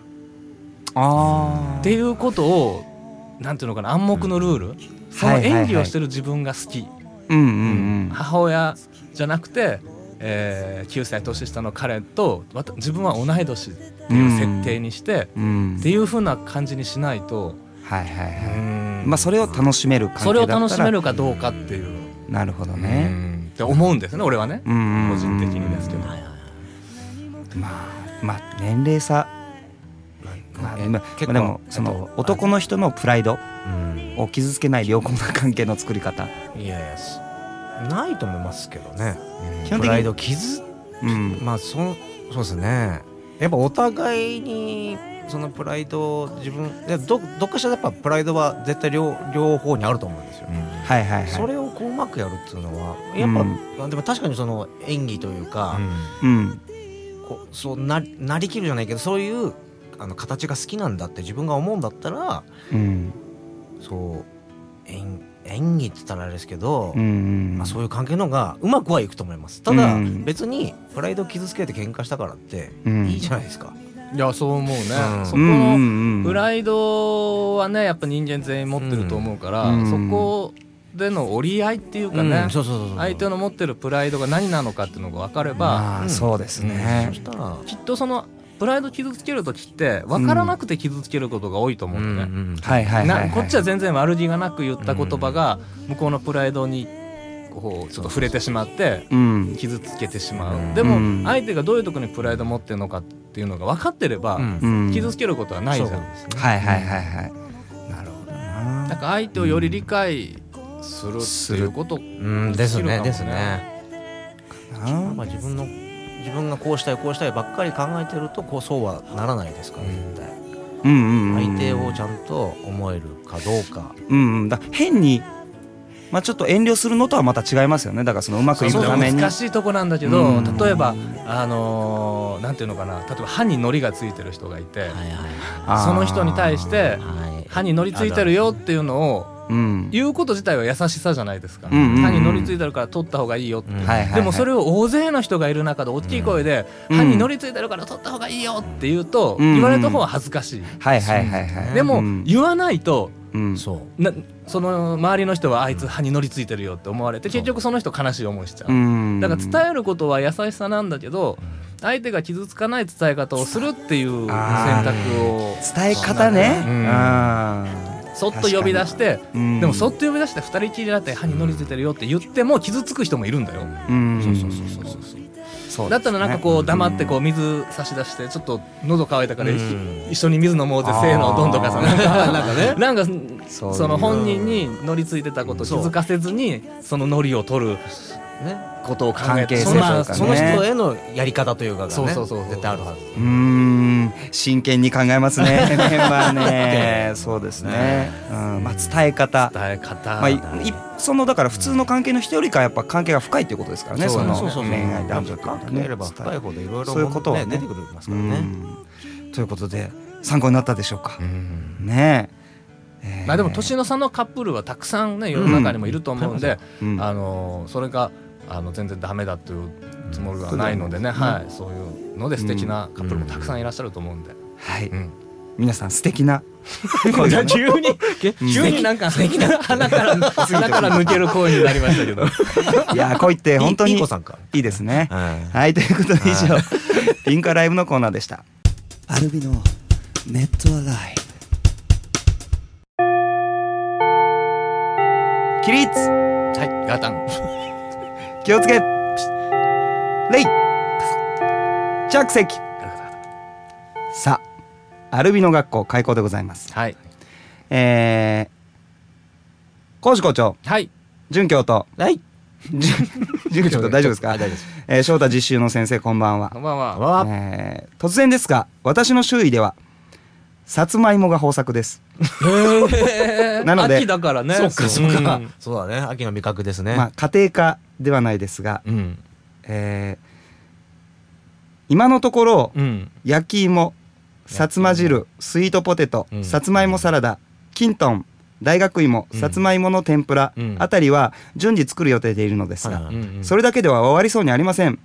Speaker 1: あ
Speaker 2: っていうことをなんていうのかな暗黙のルール、その演技をしてる自分が好き、
Speaker 1: ーうんうん
Speaker 2: 母親じゃなくて、えー9歳年下の彼とわた自分は同い年っていう設定にして、
Speaker 1: うんうん
Speaker 2: っていう風な感じにしないと、
Speaker 1: はいはいはいま
Speaker 2: ま
Speaker 1: あそれを楽しめる
Speaker 2: そ
Speaker 1: 関
Speaker 2: れ
Speaker 1: 係だ
Speaker 2: を
Speaker 1: ったら
Speaker 2: 楽しめるかどうかっていう
Speaker 1: なるほど
Speaker 3: う
Speaker 1: ね
Speaker 3: ん
Speaker 2: って思うんですね俺はね、
Speaker 1: うんうんうん
Speaker 2: 個人的にですけど。
Speaker 1: まあまあ年齢差まあまあ
Speaker 3: 結構
Speaker 1: でもそ
Speaker 3: え
Speaker 1: の
Speaker 3: っと
Speaker 1: 男の人のプライド
Speaker 3: うん
Speaker 1: を傷つけない良好な関係の作り方
Speaker 3: いやいやすないと思いますけどね
Speaker 1: 基本的に
Speaker 3: プライド傷
Speaker 1: うん
Speaker 3: まあそそうですねやっぱお互いにそのプライドを自分いやどどっかしらやっぱプライドは絶対両両方にあると思うんですよ、
Speaker 1: はいはいはい
Speaker 3: それをこううまくやるっていうのはやっぱ、
Speaker 1: うん
Speaker 3: まあでも確かにその演技というか、
Speaker 1: うん
Speaker 3: こうそうななりきるじゃないけどそういうあの形が好きなんだって自分が思うんだったら
Speaker 1: うん
Speaker 3: そう演演技って言ったらあれですけど、
Speaker 1: うんうん
Speaker 3: まあ、そういう関係の方がうまくはいくと思いますただ、
Speaker 1: うん
Speaker 3: 別にプライドを傷つけて喧嘩したからって
Speaker 1: うん
Speaker 3: いいじゃないですか、
Speaker 2: いやそう思うね、
Speaker 3: うん
Speaker 2: そこ
Speaker 1: うんう
Speaker 2: の
Speaker 1: んうん
Speaker 2: プライドはねやっぱ人間全員持ってると思うから、
Speaker 1: うん
Speaker 2: そこでの折り合いっていうか
Speaker 3: うん
Speaker 2: ね、
Speaker 3: そうそうそうそう
Speaker 2: 相手の持ってるプライドが何なのかっていうのが分かれば、
Speaker 1: ま
Speaker 3: う
Speaker 1: あ
Speaker 3: ん
Speaker 1: そうです
Speaker 3: うん
Speaker 1: ね
Speaker 3: そしたら、
Speaker 2: きっとそのプライド傷つける時って分からなくて傷つけることが多いと思うのね、
Speaker 1: はいはいはい
Speaker 2: ないこっちは全然悪気がなく言った言葉が向こうのプライドにこうちょっと触れてしまって
Speaker 1: うん
Speaker 2: 傷つけてし
Speaker 3: う
Speaker 2: ま
Speaker 3: ん
Speaker 2: うで
Speaker 1: うん
Speaker 2: も相手がどういうとこにプライド持ってるのかっていうのが分かってれば
Speaker 1: うん
Speaker 2: 傷つけることはないじゃん、
Speaker 1: はいはいはいはいなるほどな
Speaker 2: なんか相手をより理解するっていうこと
Speaker 3: うんですねです
Speaker 2: できるかもね
Speaker 3: ね。まあ自分の自分がこうしたいこうしたいばっかり考えてるとこうそうはならないですから絶対
Speaker 1: うんうんうん、
Speaker 3: 相手をちゃんと思えるかどうか
Speaker 1: うんうんだ変に、まあ、ちょっと遠慮するのとはまた違いますよねだからそのうまくいく
Speaker 2: そう
Speaker 1: ために
Speaker 2: 難しいとこなんだけど、
Speaker 1: うん
Speaker 2: 例えばあのーなんていうのかな例えば歯に糊がついてる人がいて、
Speaker 3: はいは
Speaker 1: あー
Speaker 2: その人に対して
Speaker 3: いはい
Speaker 2: 歯に糊ついてるよっていうのを
Speaker 1: うん
Speaker 2: 言うこと自体は優しさじゃないですか、
Speaker 1: うんうんうん
Speaker 2: 歯に乗りついてるから取った方がいいよって、
Speaker 3: うん
Speaker 1: はいはいはい
Speaker 2: でもそれを大勢の人がいる中で大きい声で、
Speaker 1: うん
Speaker 2: 歯に乗りついてるから取った方がいいよって言うと、
Speaker 1: うんうん
Speaker 2: 言われた方は恥ずかしい、
Speaker 1: はいはいはいはい
Speaker 2: でも、
Speaker 1: うん
Speaker 2: 言わないと
Speaker 1: うん
Speaker 3: そう
Speaker 2: なその周りの人はあいつ歯に乗りついてるよって思われて結局その人悲しい思いしちゃう、
Speaker 1: うん
Speaker 2: だから伝えることは優しさなんだけど相手が傷つかない伝え方をするっていう選
Speaker 1: あ
Speaker 2: 択を
Speaker 1: 伝え方ね
Speaker 2: うん
Speaker 1: あ
Speaker 2: そっと呼び出して
Speaker 1: ーうん
Speaker 2: でもそっと呼び出して二人きりになって歯に乗りついてるよって言っても傷つく人もいるんだよ。
Speaker 1: うん
Speaker 2: そうそうそうそうそう
Speaker 1: そうですね
Speaker 2: だったらなんかこう黙ってこう水差し出してちょっと喉乾いたから一緒に一緒に水飲もうぜせーのどんとかさなんかなんかねなんか
Speaker 1: そういう
Speaker 2: その本人に乗りついてたこと気づかせずにそのノリを取る
Speaker 3: ね
Speaker 2: ことを考え
Speaker 1: 関係
Speaker 2: て
Speaker 1: 性
Speaker 3: そ
Speaker 1: と
Speaker 3: の
Speaker 1: いう
Speaker 2: まあ
Speaker 1: かね
Speaker 3: その人へのやり方というかがね
Speaker 2: そうそうそうそう
Speaker 3: 絶対あるはず
Speaker 1: うーん真剣に考えます ねこの辺はねそうですね、うんまあ、伝え方
Speaker 2: 伝え方
Speaker 1: まあ、いいそのだから普通の関係の人よりかはやっぱ関係が深いっていうことですからね
Speaker 3: そ
Speaker 1: そう
Speaker 3: ね
Speaker 1: の
Speaker 3: そうそうそう
Speaker 1: 恋愛男女っていうのは
Speaker 3: 深ければ深いほどいろいろ
Speaker 1: そういうことはね
Speaker 3: 出てくるますから
Speaker 1: 伝え
Speaker 3: ね
Speaker 1: うんということで参考になったでしょうか、
Speaker 3: うん
Speaker 1: ねええー
Speaker 2: まあでも年の差のカップルはたくさんね世の中にもいると思うんで、
Speaker 1: うん
Speaker 2: あのそれがあの全然ダメだというつもりはないのでね、はい、そういうので素敵なカップルもたくさんいらっしゃると思うんで、
Speaker 1: はい、
Speaker 2: うん
Speaker 1: 皆さん素敵な恋
Speaker 2: じゃ
Speaker 1: だ
Speaker 2: あ
Speaker 1: ね
Speaker 2: 急に急になんか鼻 から鼻から抜ける声になりましたけど
Speaker 1: いやー恋って本当に
Speaker 3: い
Speaker 1: い
Speaker 3: い子さんか
Speaker 1: いですね
Speaker 3: はい
Speaker 1: はいということで以上ピンカライブのコーナーでしたアルビのネットアライ起立
Speaker 2: はいガタン
Speaker 1: 気をつけレイ着席さあアルビの学校開校でございます
Speaker 2: はい
Speaker 1: えー、講師校長
Speaker 2: はい
Speaker 1: 准教と
Speaker 3: はい
Speaker 1: 準准教と大丈夫ですか
Speaker 3: 大丈夫です
Speaker 1: えー、翔太実習の先生こんばんは
Speaker 2: こんばんは
Speaker 3: わあ
Speaker 1: えー突然ですが私の周囲ではさつまいもが豊作です、なので
Speaker 2: 秋だからね
Speaker 3: そうかそうか
Speaker 2: ん
Speaker 3: そうだね秋の味覚ですね
Speaker 1: まあ、家庭科ではないですが、
Speaker 3: うん
Speaker 1: えー今のところ
Speaker 2: うん
Speaker 1: 焼き芋さつま汁スイートポテト、
Speaker 3: うん
Speaker 1: さつまいもサラダキントン大学芋
Speaker 3: うん
Speaker 1: さつまいもの天ぷら、
Speaker 3: うん
Speaker 1: あたりは順次作る予定でいるのです
Speaker 3: は
Speaker 1: が、
Speaker 3: いはい
Speaker 2: うん
Speaker 1: それだけでは終わりそうにありません、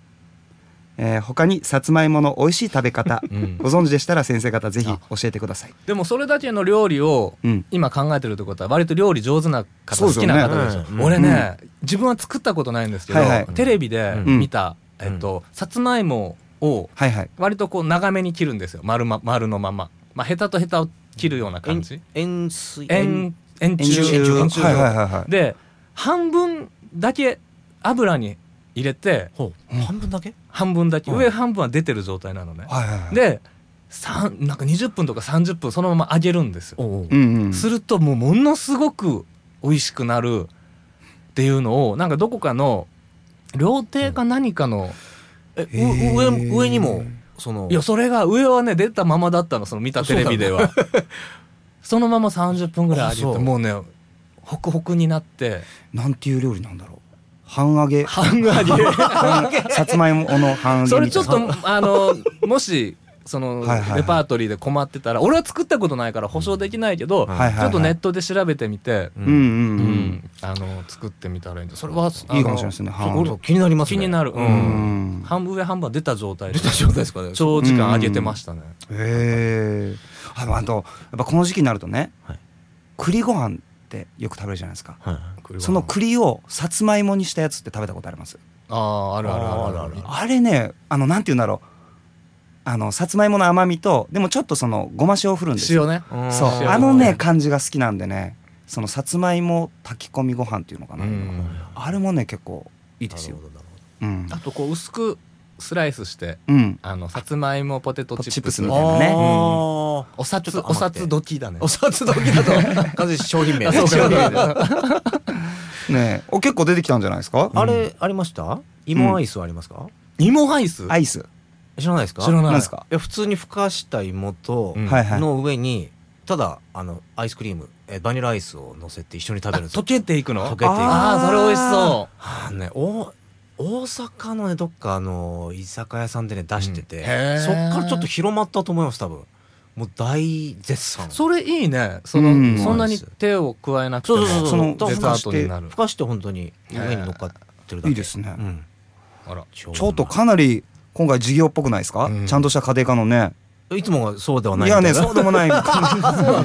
Speaker 1: えー他にさつまいもの美味しい食べ方、
Speaker 3: うん
Speaker 1: ご存知でしたら先生方ぜひ教えてください、
Speaker 2: でもそれだけの料理を
Speaker 1: うん、
Speaker 2: 今考えてるってことは割と料理上手な方
Speaker 1: そうで
Speaker 2: 好
Speaker 1: すよ
Speaker 2: き
Speaker 1: ね
Speaker 2: な方でしょ、
Speaker 3: うん
Speaker 2: 俺ね、自分は作ったことないんですけど、
Speaker 1: はいはい
Speaker 2: テレビで
Speaker 3: うん
Speaker 2: 見た、
Speaker 3: うん
Speaker 2: えっと、さつまいもを
Speaker 1: はいはい
Speaker 2: 割とこう長めに切るんですよ丸,、ま、丸のまま、まあ、ヘタとヘタを切るような感じ
Speaker 3: 円錐
Speaker 2: 円円
Speaker 1: 円
Speaker 2: 柱
Speaker 1: 柱
Speaker 2: 円柱
Speaker 1: はいはいはいはい
Speaker 2: で半分だけ油に入れて
Speaker 3: ほう半分だけ
Speaker 2: 半分だけ、
Speaker 3: うん
Speaker 2: 上半分は出てる状態なのね、
Speaker 1: はいはいはい
Speaker 2: でさんなんか20分とか30分そのまま揚げるんですよ
Speaker 3: おうおう
Speaker 1: うんうん
Speaker 2: するともうものすごく美味しくなるっていうのをなんかどこかの料亭か何かの、
Speaker 3: え
Speaker 1: へー
Speaker 3: う上上にもその
Speaker 2: いやそれが上はね出たままだったのその見たテレビでは そのまま30分ぐらい
Speaker 3: あ
Speaker 2: 揚げ
Speaker 3: そ
Speaker 2: て
Speaker 3: う
Speaker 2: もうねホクホクになって
Speaker 1: なんていう料理なんだろう半揚げ
Speaker 2: ハンガリー
Speaker 1: 半さつまいもの半揚
Speaker 2: そ
Speaker 1: げ
Speaker 2: れ
Speaker 1: み
Speaker 2: ち
Speaker 1: た
Speaker 2: ょ
Speaker 1: い
Speaker 2: っ
Speaker 1: な
Speaker 2: とあのもしその
Speaker 1: はいはいはい
Speaker 2: レパートリーで困ってたら俺は作ったことないから保証できないけど
Speaker 3: はい
Speaker 1: はいはいはい
Speaker 2: ちょっとネットで調べてみて、
Speaker 3: う
Speaker 1: うんんうん
Speaker 2: う
Speaker 1: うん
Speaker 2: んあの作ってみたらいいんだそれはあの
Speaker 1: いいかもしれないですね
Speaker 3: ちょっと
Speaker 1: 半
Speaker 3: 気になりますね
Speaker 2: 気になる、
Speaker 1: う
Speaker 2: うんん、半分上半分は出た状態で
Speaker 3: 出た状態ですかね
Speaker 2: 長時間揚げてましたね、
Speaker 1: へえあのあとやっぱこの時期になるとね
Speaker 3: はい
Speaker 1: 栗ご飯ってよく食べるじゃないですか
Speaker 3: はい
Speaker 1: その栗をさつまいもにしたやつって食べたことあります
Speaker 2: あああるあるあるある
Speaker 3: あー
Speaker 1: あれねあのなんて言うんだろうあのさつまいもの甘みとでもちょっとそのごま塩を振るんですよ
Speaker 2: 塩ね
Speaker 3: うん
Speaker 1: そう
Speaker 2: 塩
Speaker 1: あのね
Speaker 2: ね
Speaker 1: 感じが好きなんでねそのさつまいも炊き込みご飯っていうのかなあれもね結構いいですよ
Speaker 3: なるほどなるほ
Speaker 1: う
Speaker 3: ど
Speaker 1: ん
Speaker 2: あとこう薄くスライスして
Speaker 1: うん
Speaker 2: あのさつまいもポテトチップ
Speaker 1: ポテトチップス
Speaker 2: ス
Speaker 1: みたいなね
Speaker 3: あー
Speaker 2: お札
Speaker 3: ちょっと
Speaker 2: お
Speaker 3: 余って
Speaker 2: 札どきだね
Speaker 3: お札時だと完全に商品 名
Speaker 2: あそうか
Speaker 3: 商品名
Speaker 1: ねえお結構出てきたんじゃないですか
Speaker 3: あれありました芋アイスはありますか
Speaker 1: 芋
Speaker 2: 芋アイス
Speaker 4: アイス
Speaker 3: 知らないですか
Speaker 2: 知らない
Speaker 4: なんですか
Speaker 3: いや普通にふかした芋と
Speaker 2: うん
Speaker 4: はいはい
Speaker 3: の上にただあのアイスクリームえバニラアイスを乗せて一緒に食べるんです
Speaker 2: 溶
Speaker 3: よ
Speaker 2: けていくの
Speaker 3: 溶けていく
Speaker 2: ああそれ美味しそ
Speaker 3: あのねお大阪のねどっかあの居酒屋さんでね出してて、
Speaker 2: うんへー
Speaker 3: そっからちょっと広まったと思います多分もう大絶賛
Speaker 2: うそれいいねその、
Speaker 4: うん
Speaker 2: そんなに手を加えなくても
Speaker 3: そうそうそう
Speaker 4: その
Speaker 2: デザートになる
Speaker 3: ふかして本当に上に乗っかってるだけ
Speaker 4: いいですね
Speaker 3: うん、
Speaker 2: あら
Speaker 3: ち
Speaker 4: ちょっとかなり今回事業っぽくないですか、
Speaker 2: うん
Speaker 4: ちゃんとした家庭科のね
Speaker 3: いつもはそうではない
Speaker 4: いやねそうでもない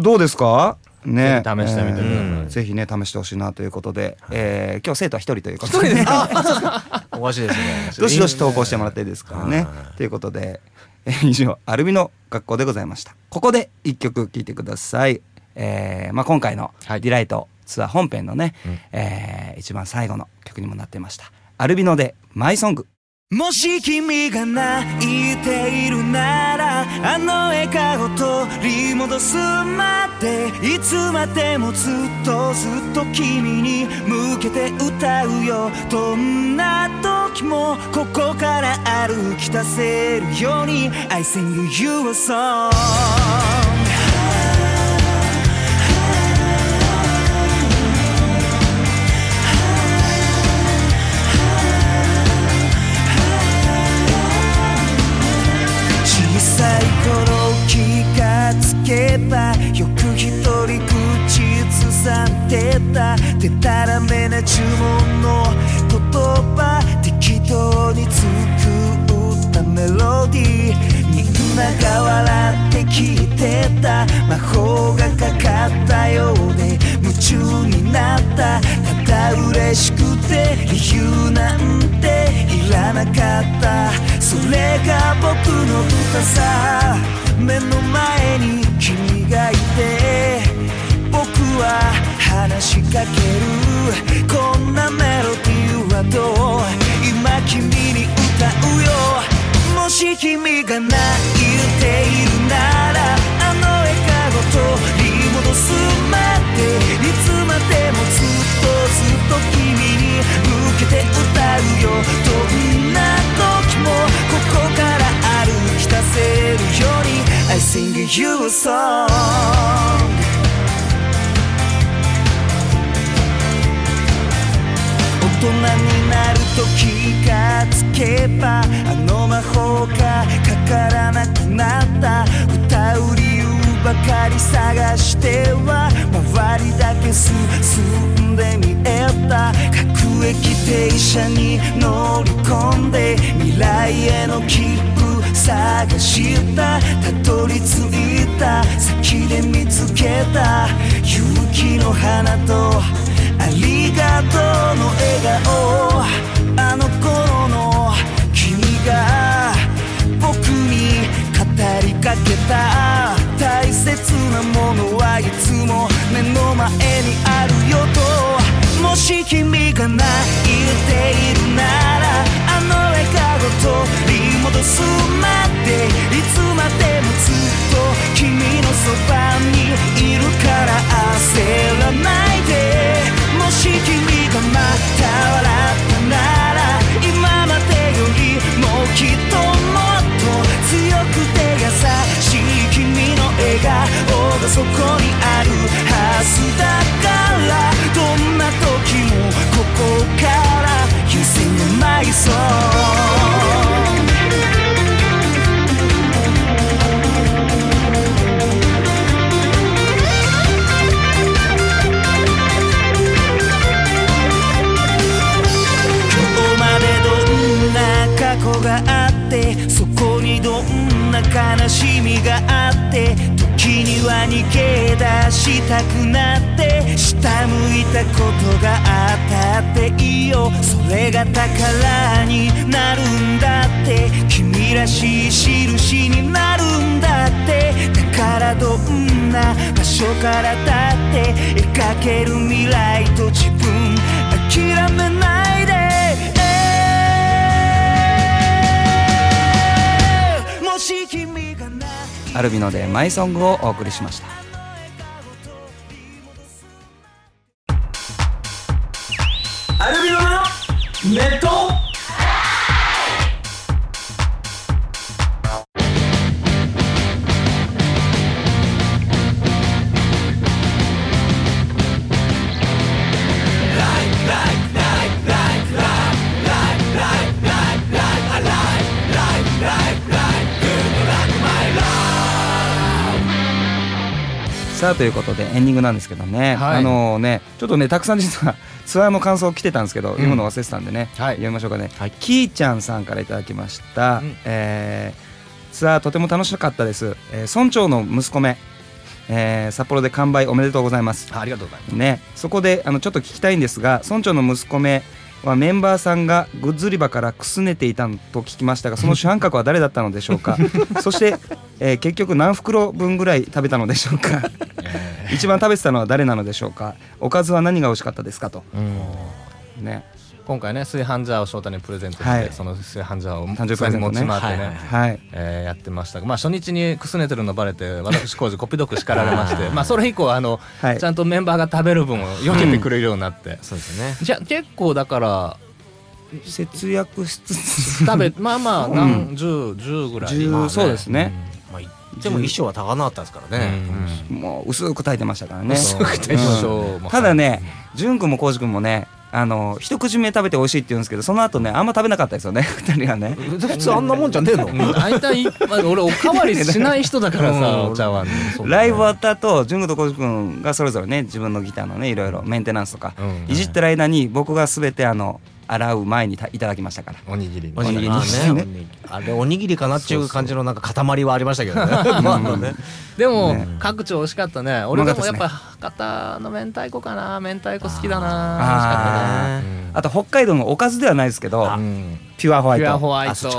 Speaker 4: どうですかね
Speaker 2: ぜひ試してみてください
Speaker 4: うんぜひね試してほしいなということで、えー今日生徒は一人ということ
Speaker 2: 一人ですか
Speaker 3: おかしいですね
Speaker 4: どしどし投稿してもらっていいですからね
Speaker 3: は。い
Speaker 4: ということで、えー以上、アルビの学校でございました。ここで一曲聴いてください。えーまあ、今回のディライトツアー本編のね、えー一番最後の曲にもなってました。アルビノでマイソング。もし君が泣いているならあの笑顔取り戻すまでいつまでもずっとずっと君に向けて歌うよどんな時もここから歩き出せるように I sing you a song 小さい頃気がつけばよく一人口ずさんでたでたらめな呪文の言葉適当に作ったメロディーみんなが笑って聞いてた魔法がかかったようで夢中になったただ嬉しくて理由なんていらなかったそれが僕の歌さ目の前に君がいて僕は話しかけるこんなメロディーはどう今君に歌うよもし君が泣いているならあの笑顔取り戻すまでいつまでもずっとずっと君に向けて歌うよどんな時もここから歩き出せるように I sing you a song 大人になると気がつけばあの魔法がかからなくなった歌う理由ばかり探しては周りだけ進んで見えた各駅停車に乗り込んで未来への切符探したたどり着いた先で見つけた勇気の花とありがとうの笑顔あの頃の君が僕に語りかけた大切なものはいつも目の前にあるよともし君が泣いているならあの笑顔取り戻すまでいつまでもずっと君のそばにいるから焦らないでもし君がまた笑ったなら今までよりもきっともっと強くて優しい君の笑顔がそこにあるはずだからどんな時もここから You sing my song 今日までどんな過去があってそこにどんな悲しみがあって時には逃げ出したくなって下向いたことがあったっていいよそれが宝になるんだって君らしい印になるんだってだからどんな場所からだって描ける未来と自分諦めないでもし君がないアルビノでマイソングをお送りしました
Speaker 3: アルビノのネット
Speaker 1: さあということでエンディングなんですけどね、
Speaker 2: はい
Speaker 1: あのねちょっとねたくさん実は ツアーの感想来てたんですけど、
Speaker 2: ん
Speaker 1: 読むの忘れてたんでね、
Speaker 2: はい
Speaker 1: 読みましょうかね、
Speaker 2: はい
Speaker 1: きーちゃんさんからいただきました、
Speaker 2: うん
Speaker 1: えーツアーとても楽しかったです、えー村長の息子め、えー札幌で完売おめでとうございます
Speaker 2: ありがとうございます
Speaker 1: ね、そこであのちょっと聞きたいんですが村長の息子めはメンバーさんがグッズ売り場からくすねていたと聞きましたがその主犯格は誰だったのでしょう かそして、えー結局何袋分ぐらい食べたのでしょうか一番食べてたのは誰なのでしょうかおかずは何が美味しかったですかとね
Speaker 2: 今回ね炊飯ジャーを翔太にプレゼントして、
Speaker 1: はい
Speaker 2: その炊飯ジャーを
Speaker 1: 誕生日プレゼントね
Speaker 2: 持ち回ってね、
Speaker 3: は
Speaker 1: は
Speaker 3: い
Speaker 1: い
Speaker 2: えーやってましたが、まあ、初日にくすねてるのバレて私工事コピドク叱られましてまあそれ以降あの、
Speaker 1: はい
Speaker 2: ちゃんとメンバーが食べる分を避けてくれるようになって、
Speaker 3: そうですね
Speaker 2: じゃあ結構だから
Speaker 1: 節約しつつ
Speaker 2: 食 べまあまあ
Speaker 1: うん
Speaker 2: 何十十、10ぐらい、
Speaker 1: 10
Speaker 2: まあ
Speaker 1: そうですね、
Speaker 3: まあ言っても衣装は高くなかったですからね
Speaker 2: うん
Speaker 1: もう薄く炊いてましたからね
Speaker 2: そう
Speaker 1: うん
Speaker 2: も
Speaker 1: ただね潤君も浩司君もねあの一口目食べて美味しいって言うんですけどその後ねあんま食べなかったですよね二人はね
Speaker 3: 普通あんなもんじゃねえの
Speaker 2: うん大体、まあ俺おかわりしない人だからさ、お茶碗にそうだね
Speaker 1: ライブ終わった後潤君と浩司君がそれぞれね自分のギターのねいろいろメンテナンスとか、
Speaker 2: うん
Speaker 1: いじってる間に僕が全てあの洗う前にたいただきましたから
Speaker 2: おにぎりに
Speaker 1: おにぎり
Speaker 3: まあ
Speaker 1: ですね
Speaker 3: ねあれおにぎりかなっていう感じのなんか塊はありましたけどね まあね
Speaker 2: でも、
Speaker 1: ね
Speaker 2: 各地美味しかったね俺でもやっ
Speaker 1: うま
Speaker 2: ぱ博多の明太子かな明太子好きだ
Speaker 1: あ
Speaker 2: な
Speaker 1: ー
Speaker 2: 美味しかっ
Speaker 1: あと北海道のおかずではないですけど
Speaker 2: たねうん
Speaker 1: ピュアホワイ
Speaker 2: ピ
Speaker 1: ト
Speaker 2: ュアホワイ
Speaker 1: あそっち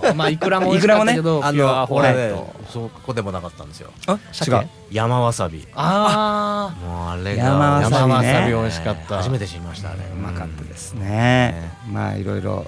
Speaker 2: ト まあいくらも美味しかったけど、
Speaker 3: あ
Speaker 2: ピュア
Speaker 3: の
Speaker 2: ホワ
Speaker 3: 俺
Speaker 2: イ
Speaker 3: ね
Speaker 2: ト
Speaker 3: そこでもなかったんですよ
Speaker 1: かあ違う
Speaker 3: 山わさび
Speaker 2: あ
Speaker 3: もうあれが
Speaker 1: 山わさびね
Speaker 2: 山わさび美味しかった
Speaker 3: 初めて知りましたあれ
Speaker 1: うまかったですね、まあいろいろ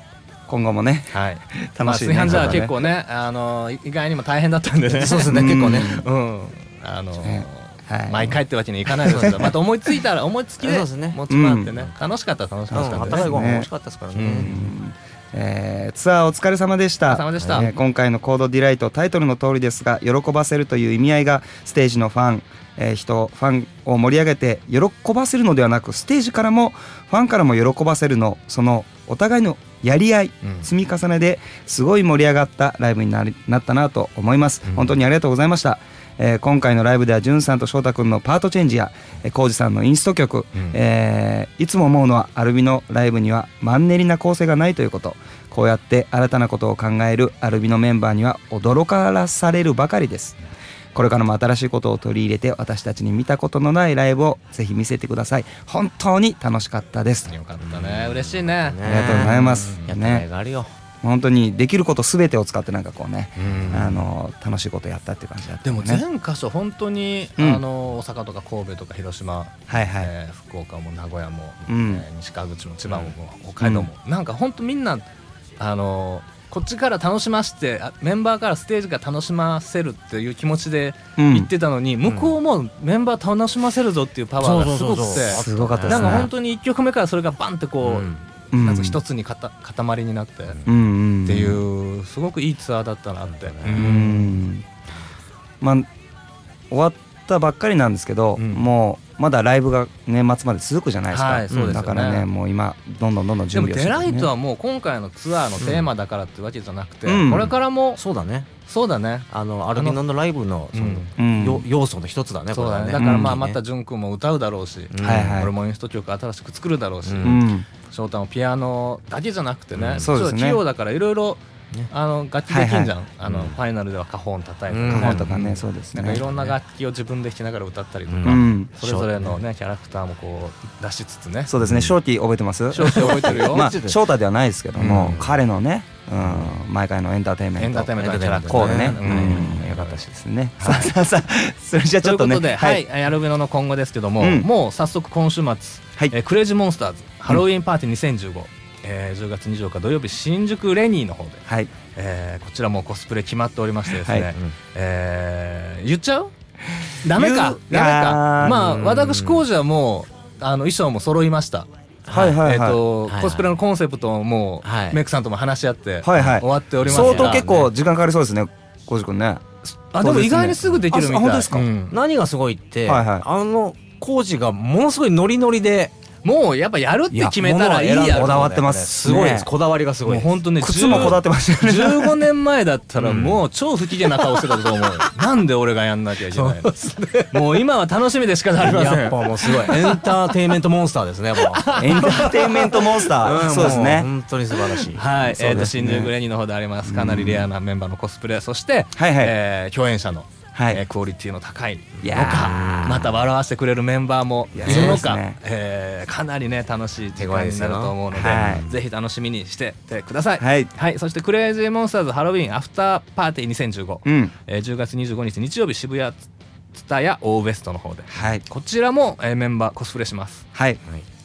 Speaker 1: 今後もね
Speaker 2: あはい
Speaker 1: 楽しいね
Speaker 2: まあ、炊飯ジャーは
Speaker 1: これはね
Speaker 2: 結構ねあの意外にも大変だったんでね
Speaker 3: そうです
Speaker 1: う
Speaker 3: ね
Speaker 1: ん
Speaker 3: 結構ね
Speaker 2: うんあの
Speaker 1: ねはい
Speaker 2: 毎回ってわけにいかないですけどまた思いついたら思いつきで
Speaker 3: そうですね
Speaker 2: 持ち回ってね楽しかったら楽し
Speaker 3: うん
Speaker 2: かった
Speaker 3: 温
Speaker 2: んで
Speaker 3: かい
Speaker 2: ね
Speaker 3: ご飯も美味しかったですから
Speaker 2: う
Speaker 3: ね
Speaker 2: ん
Speaker 1: えーツアーお疲れ様でし
Speaker 2: お
Speaker 1: た
Speaker 2: 疲れ様でした
Speaker 1: えー今回の「コードディライト」タイトルの通りですが喜ばせるという意味合いがステージのファン、えー人ファンを盛り上げて喜ばせるのではなくステージからもファンからも喜ばせるのそのお互いのやり合い、
Speaker 2: うん
Speaker 1: 積み重ねですごい盛り上がったライブになりなったなと思います、
Speaker 2: うん
Speaker 1: 本当にありがとうございました、えー今回のライブではんさんと翔太君のパートチェンジやえー浩二さんのインスト曲、
Speaker 2: うん
Speaker 1: えーいつも思うのはアルビのライブにはマンネリな構成がないということこうやって新たなことを考えるアルビのメンバーには驚からされるばかりですこれからも新しいことを取り入れて私たちに見たことのないライブをぜひ見せてください本当に楽しかったです
Speaker 2: よかったね嬉しいね
Speaker 1: ありがとうございます
Speaker 3: やった甲
Speaker 1: ね
Speaker 3: 斐があるよ
Speaker 1: 本当にできることすべてを使ってなんかこうね、
Speaker 2: うん
Speaker 1: あの楽しいことやったっていう感じだった
Speaker 2: で
Speaker 1: よ
Speaker 2: も
Speaker 1: ね
Speaker 2: 全箇所本当に、
Speaker 1: うん
Speaker 2: あの大阪とか神戸とか広島、
Speaker 1: はいはい、
Speaker 2: えー福岡も名古屋も、
Speaker 1: うん
Speaker 2: えー西川口も千葉も、北海道も、なんか本当みんなあのこっちから楽しましてあメンバーからステージが楽しませるっていう気持ちで
Speaker 1: うん
Speaker 2: 行ってたのに、向こうもメンバー楽しませるぞっていうパワーがすごくて。
Speaker 1: すごかったで
Speaker 2: な
Speaker 1: す
Speaker 2: ん
Speaker 1: ね
Speaker 2: か本当に1曲目からそれがバンってこう、
Speaker 3: うん
Speaker 1: うん
Speaker 2: なんか一つにかた塊になってっ
Speaker 1: うんうんうん
Speaker 2: ていうすごくいいツアーだったなって、
Speaker 1: うーんまあ終わったばっかりなんですけど、
Speaker 2: うん
Speaker 1: もうまだライブが年末まで続くじゃないですか、
Speaker 2: はいそうですよね
Speaker 1: だからねもう今どんどんどんどん
Speaker 2: で
Speaker 1: 準
Speaker 2: も
Speaker 1: 備をして
Speaker 2: デ
Speaker 1: る
Speaker 2: ライトはもう今回のツアーのテーマだからってわけじゃなくて、
Speaker 1: うん
Speaker 2: これからも
Speaker 3: そうだね
Speaker 2: そうだね
Speaker 3: あのアルビノのライブのその
Speaker 2: うん
Speaker 1: うん
Speaker 3: よ要素の一つだねこ
Speaker 2: そう
Speaker 3: れ
Speaker 2: だ
Speaker 3: は
Speaker 2: ね
Speaker 3: ね
Speaker 2: だからまあ
Speaker 3: うん
Speaker 2: また潤君も歌うだろうし、
Speaker 3: うん
Speaker 1: はいはい
Speaker 2: 俺もインスト曲新しく作るだろうし、
Speaker 3: うん
Speaker 1: うん
Speaker 2: 翔太もピアノだけじゃなくてね、
Speaker 3: うん
Speaker 1: そうですね
Speaker 2: ちょっと器用だからいろいろ
Speaker 3: ね
Speaker 2: あの楽器できんじゃん、
Speaker 1: はい
Speaker 2: あの
Speaker 3: うん
Speaker 2: ファイナルではカホン叩いた
Speaker 3: う
Speaker 2: り
Speaker 3: ん
Speaker 1: カモ
Speaker 2: とか,、
Speaker 1: ンとかねそうです
Speaker 2: な
Speaker 1: ね
Speaker 2: んかいろんな楽器を自分で弾きながら歌ったりとか、
Speaker 3: うん
Speaker 1: うん
Speaker 2: それぞれのねキャラクターもこう出しつつね
Speaker 1: そうですね正気覚えてます
Speaker 2: 翔太覚えてるよ、
Speaker 1: まあ翔太ではないですけども、
Speaker 3: うん
Speaker 1: 彼のね、うん、毎回のエンターテインメント
Speaker 2: エンターテインメントのキャラクター
Speaker 1: こうでね、
Speaker 2: う
Speaker 1: うんんよかったしですね、さあさあさあそれじゃあち
Speaker 2: とい
Speaker 1: ょっ
Speaker 2: う
Speaker 1: と
Speaker 2: こ
Speaker 1: ね
Speaker 2: とで、はい、アルベノの今後ですけども、
Speaker 1: うん
Speaker 2: もう早速今週末、
Speaker 1: はい
Speaker 2: えークレイジーモンスターズハロウィンパーティー2015、えー10月24日土曜日新宿レニーの方で、
Speaker 1: はい
Speaker 2: えーこちらもうコスプレ決まっておりましてですね、
Speaker 1: はい
Speaker 3: うん
Speaker 2: えー言っちゃうダメか
Speaker 1: 言う
Speaker 2: ダメ
Speaker 1: あ
Speaker 2: か
Speaker 1: ー
Speaker 2: まあ
Speaker 3: うん
Speaker 2: 私工事はもうあの衣装も揃いました
Speaker 1: はいはいはい
Speaker 2: えーと
Speaker 3: はいはい
Speaker 2: コスプレのコンセプトをもう、
Speaker 3: はい
Speaker 2: メイクさんとも話し合って、
Speaker 1: はいはい
Speaker 2: 終わっておりますが
Speaker 1: 相当結構時間かかりそうですね浩司君ね
Speaker 2: あでも意外にすぐできるみたい
Speaker 1: あそうですねあ本当ですか
Speaker 2: うん
Speaker 3: 何がすごいって、
Speaker 1: はいはい
Speaker 3: あの工事がものすごいノリノリで
Speaker 2: もうやっぱやるって決めたらいいや
Speaker 1: いや
Speaker 2: ろ
Speaker 1: 物は選んだこだわってます
Speaker 3: すごいで
Speaker 1: ね
Speaker 3: す。こだわりがすご
Speaker 2: も
Speaker 3: い
Speaker 2: う
Speaker 3: です。
Speaker 2: 本当ね
Speaker 1: 靴もこだわってましたよね
Speaker 2: 15年前だったらもう超不機嫌な顔してたと思 うよ、なんで俺がやんなきゃいけないのもう今は楽しみでしかなりませ
Speaker 3: やっ
Speaker 2: ん
Speaker 3: ぱもうすごい。エンターテインメントモンスターですね、もう。
Speaker 1: エンターテインメントモンスター、
Speaker 3: ん
Speaker 1: そうです
Speaker 3: も
Speaker 1: ね
Speaker 3: 本当に素晴らしい。
Speaker 2: はい、
Speaker 1: そう
Speaker 2: えー、と
Speaker 1: ですね
Speaker 2: 新宿グレニーの方でありますかなりレアなメンバーのコスプレそして、
Speaker 1: はいはい
Speaker 2: えー共演者の、
Speaker 1: はい
Speaker 2: えークオリティの高
Speaker 1: い
Speaker 2: いの
Speaker 1: や
Speaker 2: か
Speaker 1: ー
Speaker 2: また笑わせてくれるメンバーもい
Speaker 1: いや
Speaker 2: るの
Speaker 1: そう
Speaker 2: か、
Speaker 1: ですね
Speaker 2: えーかなりね楽しい時間になると思うの
Speaker 1: 手
Speaker 2: で、
Speaker 1: 強いですよはい
Speaker 2: ぜひ楽しみにしててください、
Speaker 1: はい
Speaker 2: そして「クレイジーモンスターズハロウィンアフターパーティー2015」
Speaker 1: うん
Speaker 2: えー10月25日日曜日渋谷ツタヤオーウエストの方で
Speaker 1: はい
Speaker 2: こちらも、えーメンバーコスプレします
Speaker 1: はい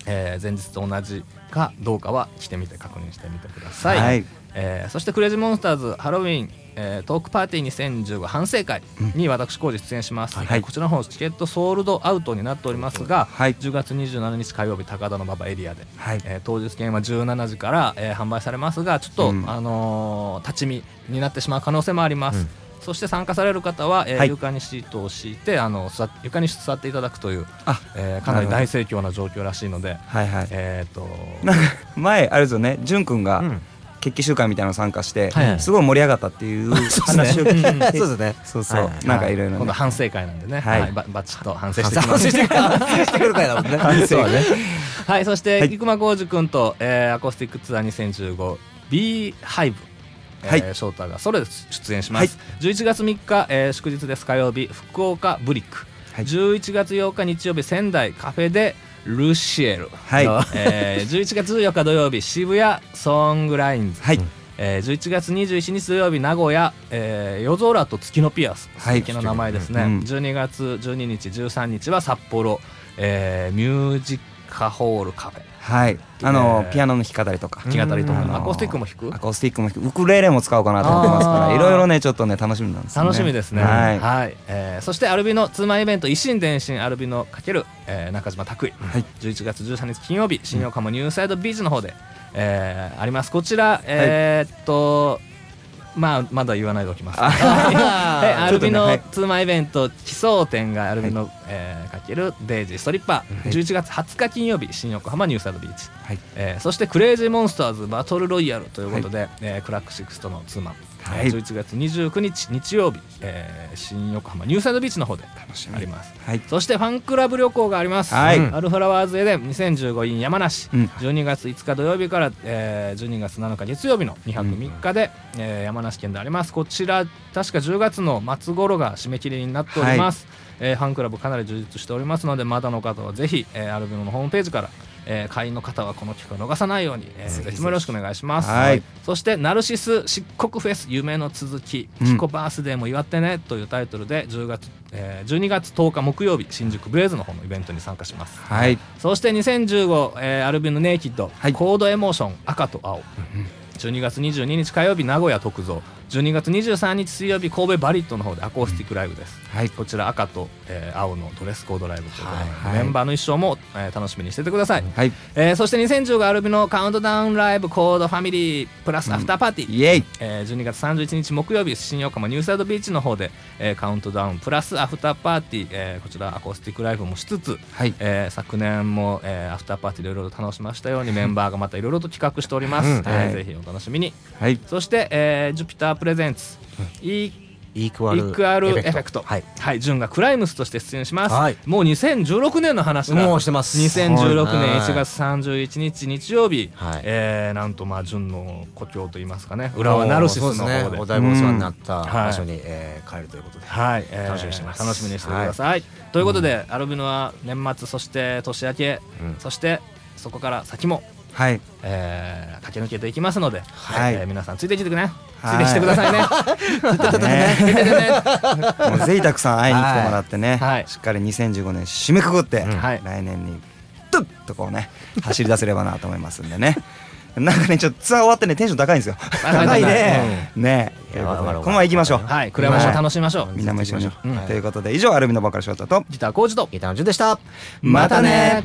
Speaker 2: えー前日と同じかどうかは来てみて確認してみてください、
Speaker 1: はい
Speaker 2: えーそしてクレイジーモンスターズハロウィン、えートークパーティー2015反省会に私工事出演します、
Speaker 1: はい
Speaker 2: こちらの方チケットソールドアウトになっておりますが、
Speaker 1: はい
Speaker 2: 10月27日火曜日高田の馬場エリアで、
Speaker 1: はい
Speaker 2: えー当日券は17時から、えー販売されますがちょっと、
Speaker 1: うん
Speaker 2: あのー立ち見になってしまう可能性もあります、
Speaker 3: うん
Speaker 2: そして参加される方は、えー
Speaker 1: はい
Speaker 2: 床にシートを敷いてあの座っ床に座っていただくという、
Speaker 1: あ
Speaker 2: えーかなり大盛況な状況らしいので、
Speaker 1: はいはい
Speaker 2: えー、と
Speaker 1: なんか前あれですよね潤くんが
Speaker 3: うん
Speaker 1: 決起集会みたいなの参加して
Speaker 2: はいはい
Speaker 1: すごい盛り上がったっていう話を聞いて
Speaker 3: そうですね。
Speaker 1: そうそ
Speaker 3: は
Speaker 1: う
Speaker 3: い
Speaker 1: なんかいろいろ
Speaker 2: 今度
Speaker 1: ね
Speaker 2: 反省会なんでね、は
Speaker 1: はいい
Speaker 2: ばバッチッと反省してきま
Speaker 3: 反省
Speaker 2: す。
Speaker 3: してくる。反省してくる回だもんね。
Speaker 1: 反省
Speaker 3: そうね。
Speaker 2: はい、そして、
Speaker 1: はい
Speaker 2: 生駒浩二君と、えーアコースティックツアー 2015B ハイブ、えー
Speaker 1: はい
Speaker 2: ショーターがそれ出演します、11月3日、えー祝日です火曜日福岡ブリック、
Speaker 1: はい
Speaker 2: 11月8日日曜日仙台カフェでルシエル、
Speaker 1: はい
Speaker 2: えー11月14日土曜日渋谷ソングラインズ
Speaker 1: はい
Speaker 2: えー、11月21日土曜日名古屋、えー、夜空と月のピアス素
Speaker 1: はい
Speaker 2: 敵な名前ですね、
Speaker 1: うん
Speaker 2: 12月12日13日は札幌、えー、ミュージカホールカフェ
Speaker 1: はいあ
Speaker 2: え
Speaker 1: の
Speaker 2: ー
Speaker 1: ピアノの弾き語りとか
Speaker 2: 弾き語りとか
Speaker 1: あの
Speaker 2: アコースティックも弾く
Speaker 1: アコースティックも弾くウクレレも使おうかなと思ってますか
Speaker 2: あー
Speaker 1: らいろいろねちょっとね楽しみなんですよね
Speaker 2: 楽しみですね
Speaker 1: はいは
Speaker 2: えーそしてアルビのツーマンイベント「維新伝心アルビの×、えー、中島拓衣、
Speaker 1: はい
Speaker 2: 11月13日金曜日新横浜ニューサイドビーチの方で、えーありますこちらえーっと、まあまだ言わないでおきます。はいはいア
Speaker 1: ちょ
Speaker 2: ル
Speaker 1: っと
Speaker 2: ビ
Speaker 1: ね
Speaker 2: の
Speaker 1: はい
Speaker 2: ツーマンイベント奇想展がアルビの、えーかけるデイジーストリッパー、11月20日金曜日新横浜ニューサイドビーチ、
Speaker 1: い
Speaker 2: えーそしてクレイジーモンスターズバトルロイヤルということで、えークラックシックスとのツーマン、
Speaker 1: はい
Speaker 2: えー11月29日日曜日、えー新横浜ニューサイドビーチの方であります
Speaker 1: はい
Speaker 2: そしてファンクラブ旅行があります、
Speaker 1: はい
Speaker 2: うんアルフラワーズエデン2015 in 山梨、
Speaker 1: うん
Speaker 2: 12月5日土曜日から、えー12月7日月曜日の2泊3日で、えー山梨県でありますこちら確か10月の末頃が締め切りになっております、えーファンクラブかなり充実しておりますのでまだの方はぜひ、えーアルビムのホームページから、えー会員の方はこの機会を逃さないように、えーぜひともよろしくお願いします、
Speaker 1: はい
Speaker 2: そして「ナルシス漆黒フェス夢の続き」
Speaker 1: うん
Speaker 2: キコバースデーも祝ってね」というタイトルで10月、えー12月10日木曜日新宿ブレイズの方のイベントに参加します
Speaker 1: はい
Speaker 2: そして2015、えーアルビノネイキッド、
Speaker 1: はい
Speaker 2: コードエモーション赤と青12月22日火曜日名古屋特造12月23日水曜日神戸バリットの方でアコースティックライブです、
Speaker 1: はい
Speaker 2: こちら赤と、えー青のドレスコードライブということで、
Speaker 1: はいはい
Speaker 2: メンバーの衣装も、えー楽しみにしててください、
Speaker 1: はい
Speaker 2: えーそして2015アルビノカウントダウンライブコードファミリープラスアフターパーティー、
Speaker 1: イエイ
Speaker 2: えー12月31日木曜日新横浜ニューサイドビーチの方で、えーカウントダウンプラスアフターパーティー、えーこちらアコースティックライブもしつつ、
Speaker 1: はい
Speaker 2: えー昨年も、えーアフターパーティーでいろいろ楽しましたようにメンバーがまたいろいろと企画しております、
Speaker 3: うん
Speaker 2: えー
Speaker 1: はい
Speaker 2: ぜひお楽しみに
Speaker 1: はい
Speaker 2: そして、えージュピタープレゼンツ、イ
Speaker 3: イクアル。
Speaker 2: ークアルエフェクト
Speaker 3: はい。
Speaker 2: はい、ジュンがクライムスとして出演します、
Speaker 3: はい
Speaker 2: もう2016年の話だ
Speaker 3: もうしてます。
Speaker 2: 2016
Speaker 3: はい
Speaker 2: 年1月31日日曜日、
Speaker 3: はい
Speaker 2: えーなんとまあ潤の故郷といいますかね浦和ナルシスの
Speaker 3: そ
Speaker 2: 方
Speaker 3: う
Speaker 2: で
Speaker 3: ですねおだいぶお世話になった
Speaker 2: い
Speaker 3: 場所に、えー帰るということで、
Speaker 2: はい、えー
Speaker 3: 楽しみにしてます
Speaker 2: 楽しみにしてください、ということで、アルビノは年末そして年明け、
Speaker 3: うん
Speaker 2: そしてそこから先も、
Speaker 1: はい
Speaker 2: えー駆け抜けていきますので、
Speaker 1: はい
Speaker 2: えー皆さんついてきてくね、
Speaker 1: はい
Speaker 2: ついてきてください ね
Speaker 1: ね
Speaker 2: ついてきて ね
Speaker 1: もうぜひたくさん会いに来てもらってね、
Speaker 2: はい
Speaker 1: しっかり2015年締めくくって、
Speaker 2: んはい
Speaker 1: 来年にドゥッとこうね走り出せればなと思いますんでね なんかねちょっとツアー終わってねテンション高いんですよ
Speaker 2: 高い
Speaker 1: 高いね、ね
Speaker 3: い
Speaker 1: とい
Speaker 3: や
Speaker 1: うことで
Speaker 3: わかるわかる
Speaker 1: このまま行きましょう
Speaker 2: はい暗山賞
Speaker 1: はい
Speaker 2: 楽しみましょう、
Speaker 1: みんなも一緒に
Speaker 2: うん
Speaker 1: ということで以上アルミのボーカルショートと
Speaker 2: ギターコーチと
Speaker 3: ギターの順でした
Speaker 1: またね